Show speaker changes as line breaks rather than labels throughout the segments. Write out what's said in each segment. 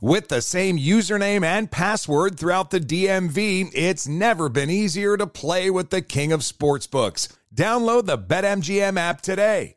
With the same username and password throughout the DMV, it's never been easier to play with the king of sportsbooks. Download the BetMGM app today.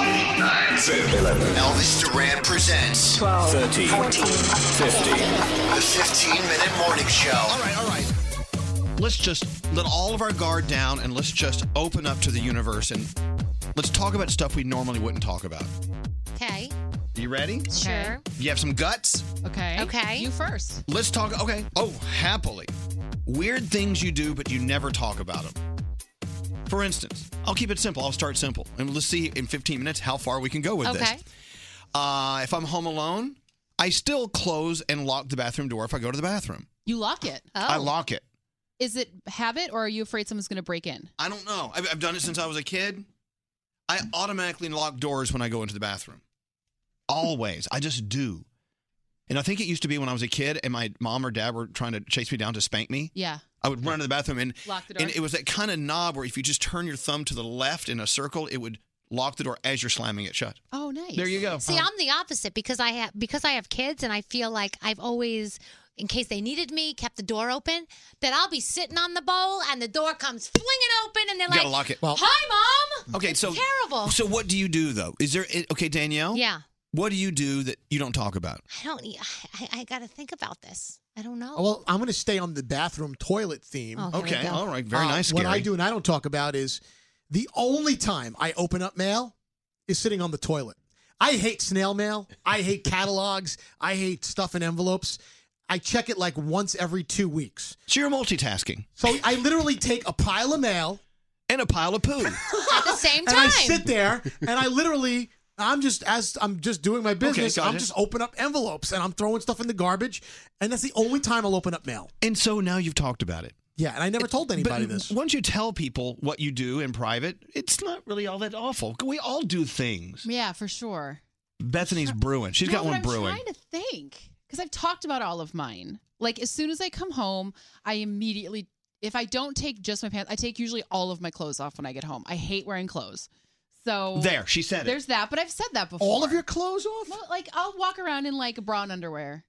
lady. Nine, seven, eleven. Elvis Duran presents.
12,
13,
14,
15. The 15 minute morning show. All right, all right. Let's just let all of our guard down and let's just open up to the universe and let's talk about stuff we normally wouldn't talk about.
Okay.
You ready?
Sure.
You have some guts?
Okay. Okay. You first.
Let's talk. Okay. Oh, happily. Weird things you do, but you never talk about them. For instance, I'll keep it simple. I'll start simple. And let's see in 15 minutes how far we can go with
Okay.
this. Uh, if I'm home alone, I still close and lock the bathroom door if I go to the bathroom.
You lock it. Oh.
I lock it.
Is it habit or are you afraid someone's going to break in?
I don't know. I've, I've done it since I was a kid. I automatically lock doors when I go into the bathroom. Always. I just do. And I think it used to be when I was a kid and my mom or dad were trying to chase me down to spank me.
Yeah.
I would run to the bathroom and
Lock the door.
and it was that kind of knob where if you just turn your thumb to the left in a circle, it would lock the door as you're slamming it shut.
Oh, nice.
There you go.
See,
Uh-huh.
I'm the opposite because I have because I have kids, and I feel like I've always, in case they needed me, kept the door open. That I'll be sitting on the bowl, and the door comes flinging open, and they're
You gotta
like,
lock it. Well- oh.
"Hi, mom."
Okay,
It's
so
terrible.
So what do you do though? Is there okay, Danielle?
Yeah.
What do you do that you don't talk about?
I don't. I, I, I got to think about this. I don't
Oh,
know.
Well, I'm going to stay on the bathroom toilet theme. Uh,
Oh, here we Okay, go. all right.
Very nice,
What I
Gary.
do and I don't talk about is the only time I open up mail is sitting on the toilet. I hate snail mail. I hate catalogs. I hate stuff in envelopes. I check it like once every two weeks.
So you're multitasking.
So I literally take a pile of mail
and a pile of poo
At the same
and
time,
I sit there and I literally I'm just as I'm just doing my business.
gotcha.
I'm just open up envelopes and I'm throwing stuff in the garbage, and that's the only time I'll open up mail.
And so now you've talked about it.
Yeah, and I never told anybody
but
this.
Once you tell people what you do in private, it's not really all that awful. We all do things.
Yeah, for sure.
Bethany's brewing. She's
No,
got
but
one
I'm
brewing.
trying to think because I've talked about all of mine. Like as soon as I come home, I immediately, if I don't take just my pants, I take usually all of my clothes off when I get home. I hate wearing clothes. So
There, she said it.
There's that, but I've said that before.
All of your clothes off?
No, like I'll walk around in like bra and underwear,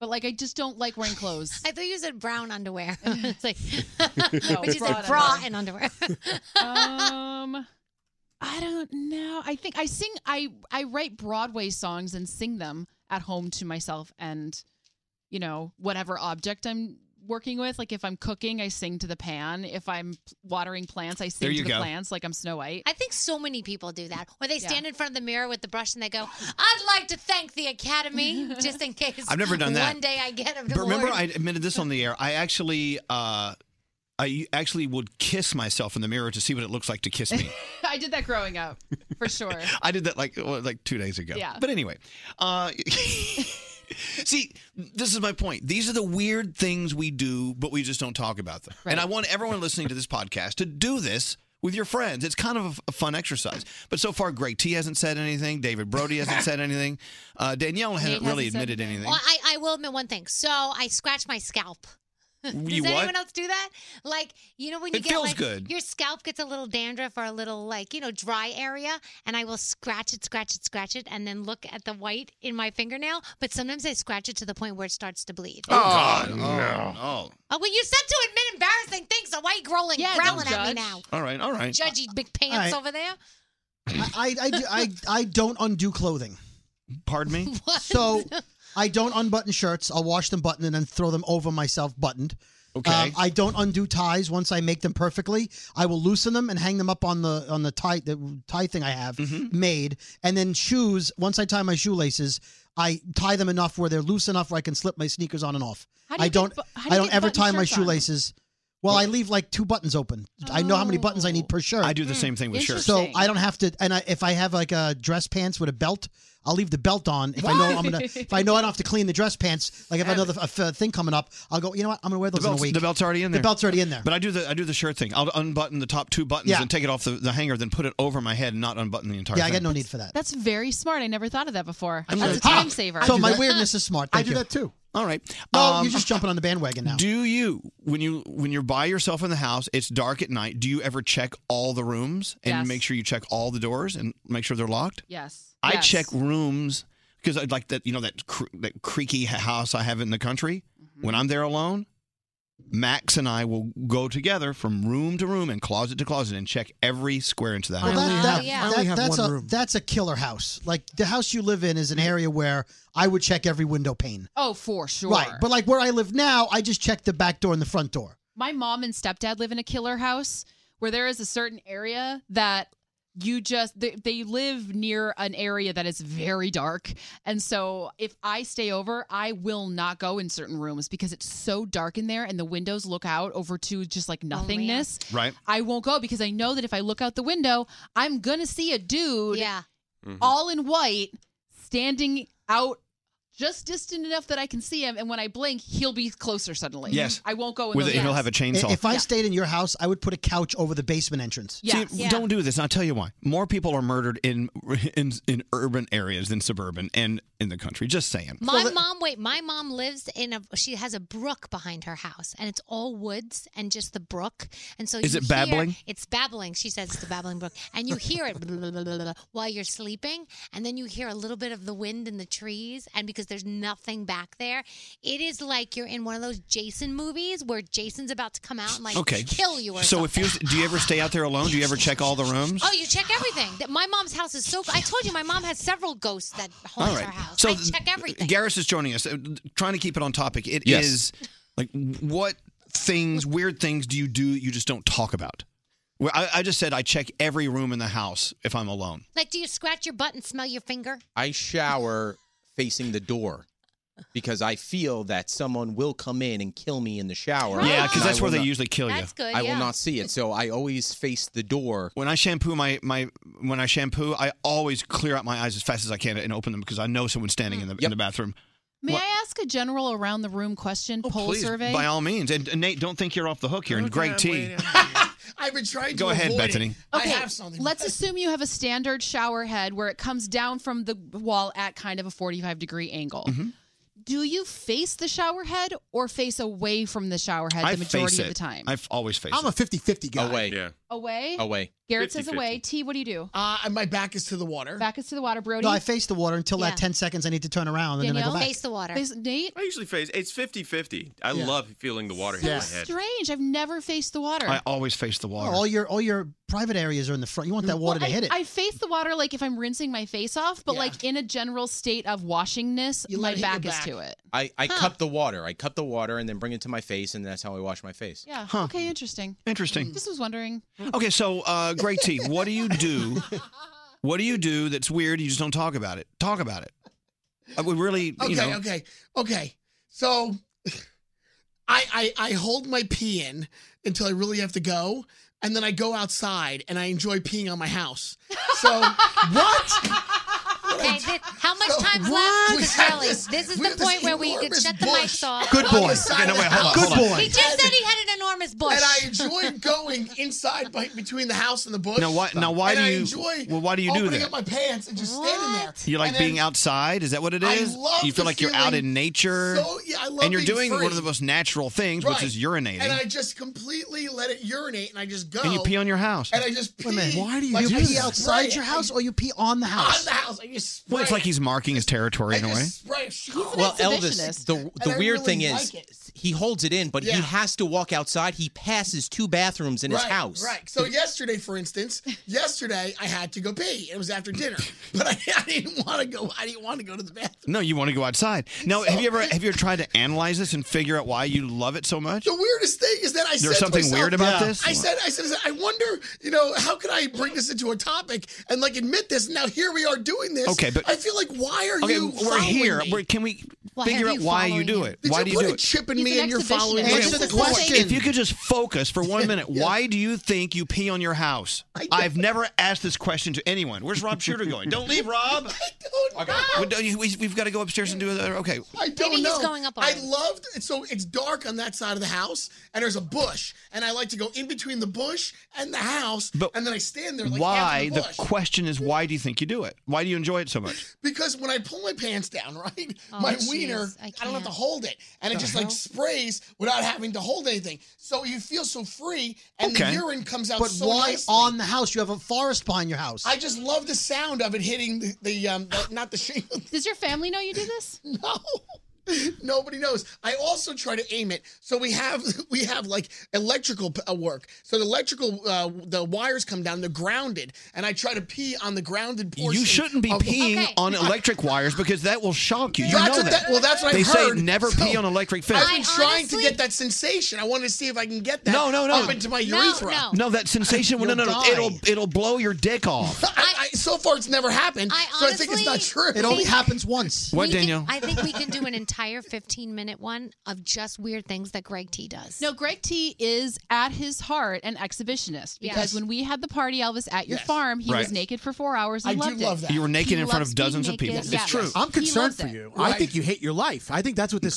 but like I just don't like wearing clothes.
I thought you said brown underwear. it's like,
No,
which is
bra
like
and
bra
underwear.
and underwear.
um i don't know i think i sing i i write broadway songs and sing them at home to myself and you know whatever object i'm working with like if i'm cooking i sing to the pan if i'm watering plants i
There
sing
you
to the
go.
plants like i'm snow white
I think so many people do that. Or they stand in front of the mirror with the brush and they go, I'd like to thank the Academy, just in case
I've never done that.
one day I get a
But
reward.
remember, I admitted this on the air. I actually, uh, I actually would kiss myself in the mirror to see what it looks like to kiss me.
i did that growing up for sure
I did that like well, like two days ago.
Yeah.
But anyway, uh, see, this is my point. These are the weird things we do, but we just don't talk about them. And I want everyone listening to this podcast to do this. With your friends, it's kind of a, a fun exercise. But so far, Greg T hasn't said anything. David Brody hasn't said anything. Uh, Danielle hasn't
Nate
really
hasn't said-
admitted anything.
Well, I, I will admit one thing. So I scratch my scalp. Does
You what?
anyone else do that? Like, you know, when you
It
get
feels
like,
good.
your scalp gets a little dandruff or a little like, you know, dry area, and I will scratch it, scratch it, scratch it, and then look at the white in my fingernail. But sometimes I scratch it to the point where it starts to bleed.
Oh, God. No. Oh.
Oh, well, you said to admit embarrassing things, so why are you growling, growling at me now?
All right, all right.
Judgy big
All
pants
right.
over there.
I, I, do- I, I don't undo clothing.
Pardon me?
What?
So I don't unbutton shirts. I'll wash them buttoned and then throw them over myself buttoned. Um,
Okay.
I don't undo ties once I make them perfectly. I will loosen them and hang them up on the on the tie the tie thing I have
Mm-hmm.
made. And then shoes, once I tie my shoelaces, I tie them enough where they're loose enough where I can slip my sneakers on and off.
How do you
I don't
get bu- how do
I
you
don't
get
ever
button
tie my
shirts on?
shoelaces. Well, I leave like two buttons open. I know how many buttons I need per shirt.
I do the same thing with shirts.
So I don't have to. And I, if I have like a dress pants with a belt, I'll leave the belt on. If I know I'm gonna, if I know I don't have to clean the dress pants, like if another if a uh, thing coming up, I'll go. You know what? I'm gonna wear
The
those in
belt's,
a week.
the belt's already in there.
The belt's already in there.
But I do the I do the shirt thing. I'll unbutton the top two buttons
Yeah.
and take it off the, the hanger, then put it over my head and not unbutton the entire
Yeah, I
thing.
got no need for that.
that's very smart i never thought of that before
I'm
that's
gonna-
a time
Ah,
Ha!
saver
So my weirdness is smart.
I
Thank
do
you.
that too. All right.
No,
Um,
you're just jumping on the bandwagon now.
Do you when you when you're by yourself in the house, it's dark at night, do you ever check all the rooms and
Yes.
make sure you check all the doors and make sure they're locked?
yes
I
Yes.
check rooms because I'd like that, you know, that cr- that creaky h- house I have in the country. When I'm there alone, Max and I will go together from room to room and closet to closet and check every square inch of the
Well,
house.
that- that- that- that's a that's a killer house. Like the house you live in is an area where I would check every window pane.
Mm. oh for sure
Right, but like where I live now, I just check the back door and the front door.
my mom and stepdad live in a killer house where there is a certain area that you just they, they live near an area that is very dark and so if i stay over i will not go in certain rooms because it's so dark in there and the windows look out over to just like nothingness
Right.
i won't go because i know that if i look out the window i'm gonna see a dude yeah
Mhm.
all in white standing out just distant enough that i can see him and when i blink he'll be closer suddenly
Yes.
i won't go in
With
those
it, he'll
rooms.
have a chainsaw.
I- If I stayed in your house, I would put a couch over the basement entrance.
Yes.
See, Don't do this. and I'll tell you why. More people are murdered in in in urban areas than suburban and in the country. Just saying.
My mom, wait, my mom lives in a, she has a brook behind her house and it's all woods and just the brook. And so
Is
you
it babbling?
hear- it's babbling. She says it's the babbling brook. And you hear it blah, blah, blah, blah, blah, while you're sleeping. And then you hear a little bit of the wind in the trees. And because there's nothing back there, it is like you're in one of those Jason movies where Jason's about to come out and like
okay.
kill you or
so
something.
if you do you ever stay out there alone? Do you ever check all the rooms?
Oh, you check everything. That- My mom's house is so. I told you, my mom has several ghosts that haunt her house. I
th-
check everything.
Garris is joining us, uh, trying to keep it on topic. It is
Yes.
like what things, weird things do you do that you just don't talk about? Well, I, I just said I check every room in the house if I'm alone.
Like, do you scratch your butt and smell your finger?
I shower facing the door. because I feel that someone will come in and kill me in the shower.
Yeah,
and
'cause that's
I will
where they
not-
usually kill you. That's good,
I
yeah.
will not see it, so I always face the door.
When I shampoo my my when I shampoo, I always clear out my eyes as fast as I can and open them because I know someone's standing
Hmm.
in the in the bathroom.
May I ask a general around the room question
Oh,
poll
Please,
survey?
by all means. And, and Nate, don't think you're off the hook here. And Greg T.
I've been trying
Go ahead, Bethany.
Okay, let's assume you have a standard shower head where it comes down from the wall at kind of a 45 degree angle.
Mm-hmm.
Do you face the shower head or face away from the shower head the majority of the time?
I've always faced
I'm a 50-50 guy.
Away.
Yeah.
Away?
Away.
Garrett says away. T, what do you do?
Uh, my back is to the water.
Back is to the water, Brody.
No, I face the water until
Yeah.
that 10 seconds I need to turn around and
Danielle?
then I go back.
the water. Face, Nate?
I usually face it's 50 50. I love feeling the water
Yeah.
hit my head.
Strange. I've never faced the water.
I always face the water.
Oh, all your all your private areas are in the front. You want that water
Well,
to hit it.
I, I face the water like if I'm rinsing my face off, but like in a general state of washingness, my
let it hit your
back,
back.
is to it.
I, I
Huh.
cup the water. I cup the water and then bring it to my face, and that's how I wash my face.
Yeah. Okay, interesting.
Interesting.
Just was wondering.
Okay, so uh, Greg T, what do you do? What do you do that's weird? You just don't talk about it. Talk about it. I would really, you
Okay,
know.
okay, okay. So I, I I hold my pee in until I really have to go, and then I go outside and I enjoy peeing on my house. So what?
Okay, thi- how much
So
time's left
what?
to
We
the
have
jellies?
this-
This is
we have
the
this
point where we could
enormous
shut the
bush
mics off.
Good on boy. the side
Okay, no,
of
wait,
the
hold on,
house.
hold on.
He just said he had an enormous bush.
And I enjoy going inside by, between the house and the bush.
Now why- now why
And
do
I
you-
enjoy
well, why do you do
opening
that?
up my pants and just standing there.
You like
And
being
then-
outside? Is that what it
I
is?
love
you feel
the
like you're out
feeling
in nature,
so- yeah, I love
and you're
being
doing one
free.
of the most natural things, which is urinating.
And I just completely let it urinate, and I just go.
And you pee on your house.
And I just pee.
Wait a minute, why do you
like,
do
I
that?
just
Outside
spray
your
it.
house
I-
or you pee on the house?
On the house. I just spray
well, it's like
it.
he's marking his territory in a way.
Spray. He's
Well, Elvis, the the
I
weird
really
thing
like
is
it.
he holds it in, but he
Yeah.
has to walk outside. He passes two bathrooms in
right,
his house.
Right. So yesterday, for instance, yesterday I had to go pee. It was after dinner, but I, I didn't want to go. I didn't want to go to the bathroom.
No, you want to go outside. Now, have you ever have you ever tried to analyze this and figure out why you love it so much?
The weirdest thing is that I
There's
said to
something
myself-
weird about Yeah. this?
I said, I said, I said, I wonder, you know, how could I bring this into a topic and like admit this? Now here we are doing this.
Okay, but-
I feel like why are
okay,
you?
we're here.
following me?
We're- can we
Why
figure
are
out
you
why you
following
do
him?
it?
Did
why
you
do you
put
do
a
it?
chip in
He's
me
an
and you're
exhibitionist.
following me?
Answer This is the the question. question.
If you could just focus for one minute, why do you think you pee on your house? I've never asked this question to anyone. Where's Rob Shooter going? Don't leave, Rob.
Okay.
We don't- We, have got to go upstairs and do it. Okay.
I don't
Maybe
know.
he's going up
I
already.
loved so it's dark on that side of the house, and there's a bush, and I like to go in between the bush and the house, and then I stand there like
why? The,
after the bush.
question is, why do you think you do it? Why do you enjoy it so much?
Because when I pull my pants down, right,
Oh,
my
jeez,
wiener,
I
I, don't have
can't.
to hold it, and it
The
just
hell?
like sprays without having to hold anything. So you feel so free, and
Okay.
the urine comes out.
But
so
why
nicely.
on the house? You have a forest behind your house.
I just love the sound of it hitting the, the um, the- not the shield.
Does your family know you do this?
No. Nobody knows. I also try to aim it. So we have we have like electrical p- uh, work. So the electrical uh, the wires come down. They're grounded, and I try to pee on the grounded portion.
You shouldn't be
of the-
peeing on electric wires because that will shock you. You
That's
know
what
that.
that- well, that's what
they
I've
say.
heard.
Never
So,
pee on electric fence.
I've been trying to get that sensation. I wanted to see if I can get that.
no, no, no.
Up into my urethra.
No, that sensation. No,
You'll
no, no.
die.
It'll it'll blow your dick off.
I, I, so far, it's never happened.
I
so I think it's not
honestly
true.
It only think-
happens once.
What,
We can-
Danielle?
I think we can do an entire 15 minute one of just weird things that Greg T does.
No, Greg T is at his heart an exhibitionist because
Yes.
when we had the party Elvis at your
Yes.
farm, he
Right.
was naked for four hours. And loved it.
You were naked
He
in front
loves
of
being
dozens of people.
naked.
It's
Yeah.
true.
He
I'm concerned
loves
for
it.
you. I think you hate your life. I think that's what this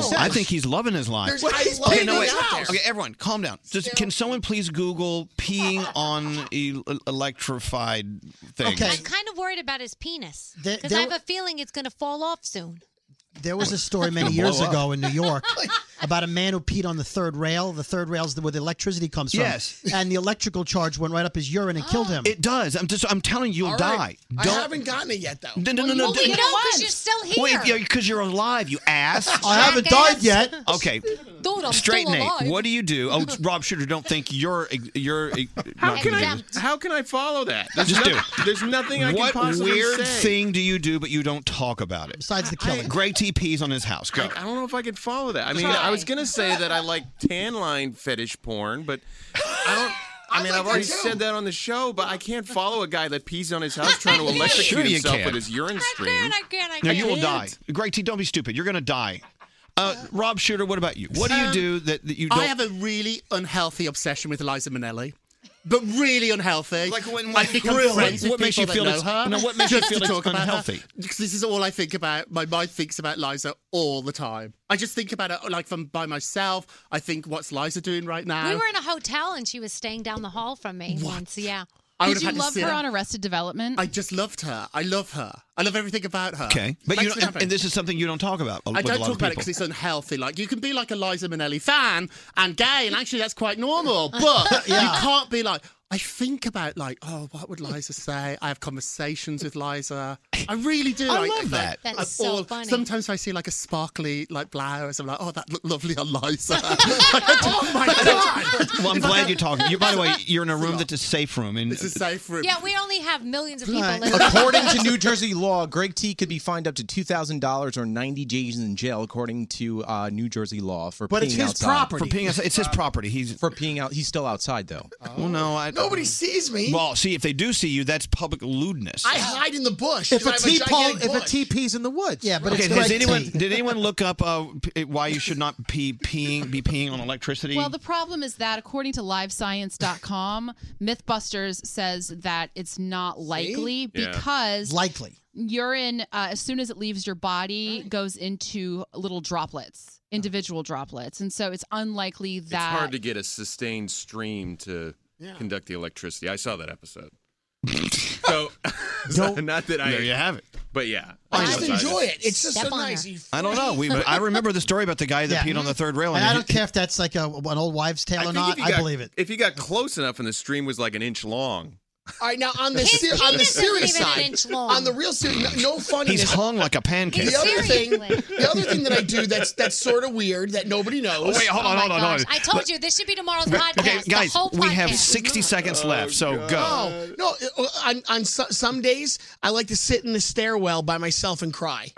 No,
says.
I think he's loving his life.
There's- I love
okay, no,
it
wait.
out there.
okay, everyone, calm down. Just, can someone please Google peeing on el- electrified things?
I'm kind of worried about his penis
There-
because
there
I have a feeling it's going to fall off soon.
There was a story many
Gonna
years
blow up.
ago in New York about a man who peed on the third rail. The third rail's where the electricity comes from.
Yes.
And the electrical charge went right up his urine and
Oh.
killed him.
It does. I'm just. I'm telling you, you'll
All
die.
right.
I haven't gotten it yet, though.
No, no, no, no.
Well, we know because you're still here.
because you're alive, you ass.
I haven't Jackass. died yet.
Okay.
Dude, I'm
Straight
still
Nate,
alive.
what do you do? Oh, Rob Shooter, don't think you're e, you're.
How
no,
can I?
just-
How can I follow that? There's
Just do.
nothing, There's nothing I
what
can possibly
weird
say.
thing do you do, but you don't talk about it? Besides the killing, Gray TP's on his house. Go.
I, I don't know if I could follow that. I mean, I was gonna say that I like tan line fetish porn, but I don't. I I mean,
like
I've
that
already
too.
said that on the show, but I can't follow a guy that pees on his house trying to
Sure
electrocute
you
himself
can.
with his urine stream.
I can't. I
No,
can't.
you will die. Great T, don't be stupid. You're going to die. Uh, Rob Shooter, what about you? What do you
Um,
do that, that you don't?
I have a really unhealthy obsession with Eliza Minnelli. But really unhealthy. Like when, I become
Really?
friends with
What makes
people that
you feel
know
it's-
her.
no, what makes you
just to
feel it's
talk about her.
unhealthy?
Because this is all I think about. My mind thinks about Liza all the time. I just think about it like if I'm by myself. I think, what's Liza doing right now?
We were in a hotel and she was staying down the hall from me once. Yeah.
I Did would've you had to love sit her down. on
Arrested Development?
I just loved her. I love her. I love everything about her.
okay, but
Thanks for
you don't, and,
having
and this is something you don't talk about.
I don't
with a lot
talk
of
about it
people.
because it's unhealthy. Like you can be like a Liza Minnelli fan and gay, and actually that's quite normal. But you can't be like. I think about like, oh, what would Liza say? I have conversations with Liza. I really do.
I
like,
love
like,
that.
That's
I'm
so funny.
Sometimes I see like a sparkly like blouse. I'm like, oh, that looked lovely on Liza. oh my god!
well, I'm glad you're talking. You, by the way, you're in a room that's a safe room. And
It's a safe room.
Yeah, we only have millions of people. living-
according to New Jersey law, Greg T could be fined up to two thousand dollars or ninety days in jail, according to uh, New Jersey law for.
But
peeing
it's his
outside.
property. Uh, For peeing outside- it's his property. He's
for peeing out. He's still outside though.
Well, no, I,
Nobody
sees me. Well, see, if they do see you, that's public lewdness.
I hide in the bush.
If a
because I have
tea pole,
gigantic
if a
bush.
tea pees in the woods. Yeah,
okay, has anyone did anyone look up uh, p- why you should not pee peeing be peeing on electricity?
Well, the problem is that according to livescience.com, Mythbusters says that it's not likely
Yeah.
because
Likely.
urine uh, as soon as it leaves your body goes into little droplets, individual droplets. And so it's unlikely
It's
that
hard to get a sustained stream to conduct the electricity. I saw that episode. so, so not that I. There you
have it.
But yeah,
I
was-
just
Enjoy it. It's just
Step
so
on her.
nice. You
I don't know. We I remember the story about the guy that
Yeah.
peed on the third rail.
And I
he-
don't care if that's like a, an old wives' tale or
think
not.
if you
I
got-
believe it.
If you got close enough and the stream was like an inch long,
All right, now on the
His
ser- on the
penis isn't
serious
even an
side,
inch long.
on the real serious, no, no funny.
He's hung like a pancake.
The other thing, the other thing that I do that's that's sort of weird that nobody knows.
Oh, wait, hold on,
Oh
hold
my
on, hold
gosh.
on.
I told you this should be tomorrow's podcast.
Okay,
the
guys,
whole
we have
podcast.
60 seconds left, so
Oh,
Oh, go.
No, no. uh, On on so, some days, I like to sit in the stairwell by myself and cry.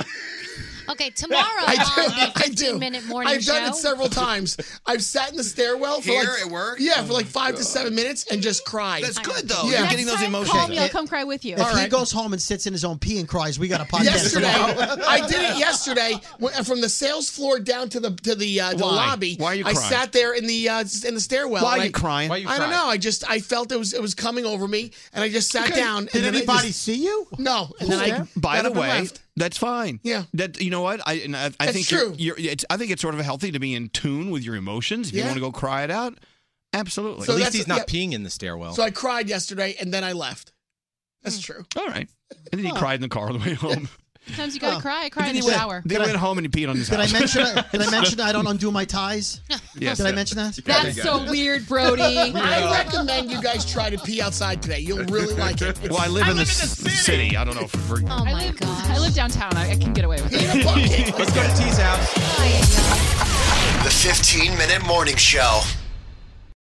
Okay, tomorrow
I do.
on the
I do.
15-minute morning
I've done it
show.
several times. I've sat in the stairwell for
Here
like
at work?
Yeah, for like five to seven minutes and just cried.
That's
good
though.
Yeah,
Next time, Call me, I'll come cry with you.
If he goes home and sits in his own pee and cries, we got a podcast.
yesterday.
tomorrow.
I did it yesterday wh- from the sales floor down to the to the uh, the
Why?
lobby.
Why are you
I
crying?
sat there in the uh, s- in the stairwell.
Why are
and
you
I-
crying? Why are you
I don't
crying?
know. I just I felt it was it was coming over me, and I just sat
Okay.
down.
Did
and then I
anybody
just-
see you?
No. And then I
by
got
the
up and
way,
left.
that's fine. Yeah, that you know what I and I, I
That's
think
true.
You're, you're, it's, I think it's sort of healthy to be in tune with your emotions. If you
Yeah.
want to go cry it out, absolutely.
So At least that's- he's not
peeing in the stairwell.
so I cried yesterday, and then I left. That's
Hmm.
true.
All right, and then he cried in the car on the way home.
Sometimes you gotta
Oh.
cry, cry
Did
in
he
the
win?
shower.
They went home and he peed on his
Did I
house.
mention? Did I mention I don't undo my ties?
Yes.
Did I mention that?
That's so weird, Brody.
I recommend you guys try to pee outside today. You'll really like it.
Well, I live in the city. city. I don't know if we're
Oh my I live, I live downtown. I, I can get away with it.
Let's go to T's house.
The 15 Minute Morning Show.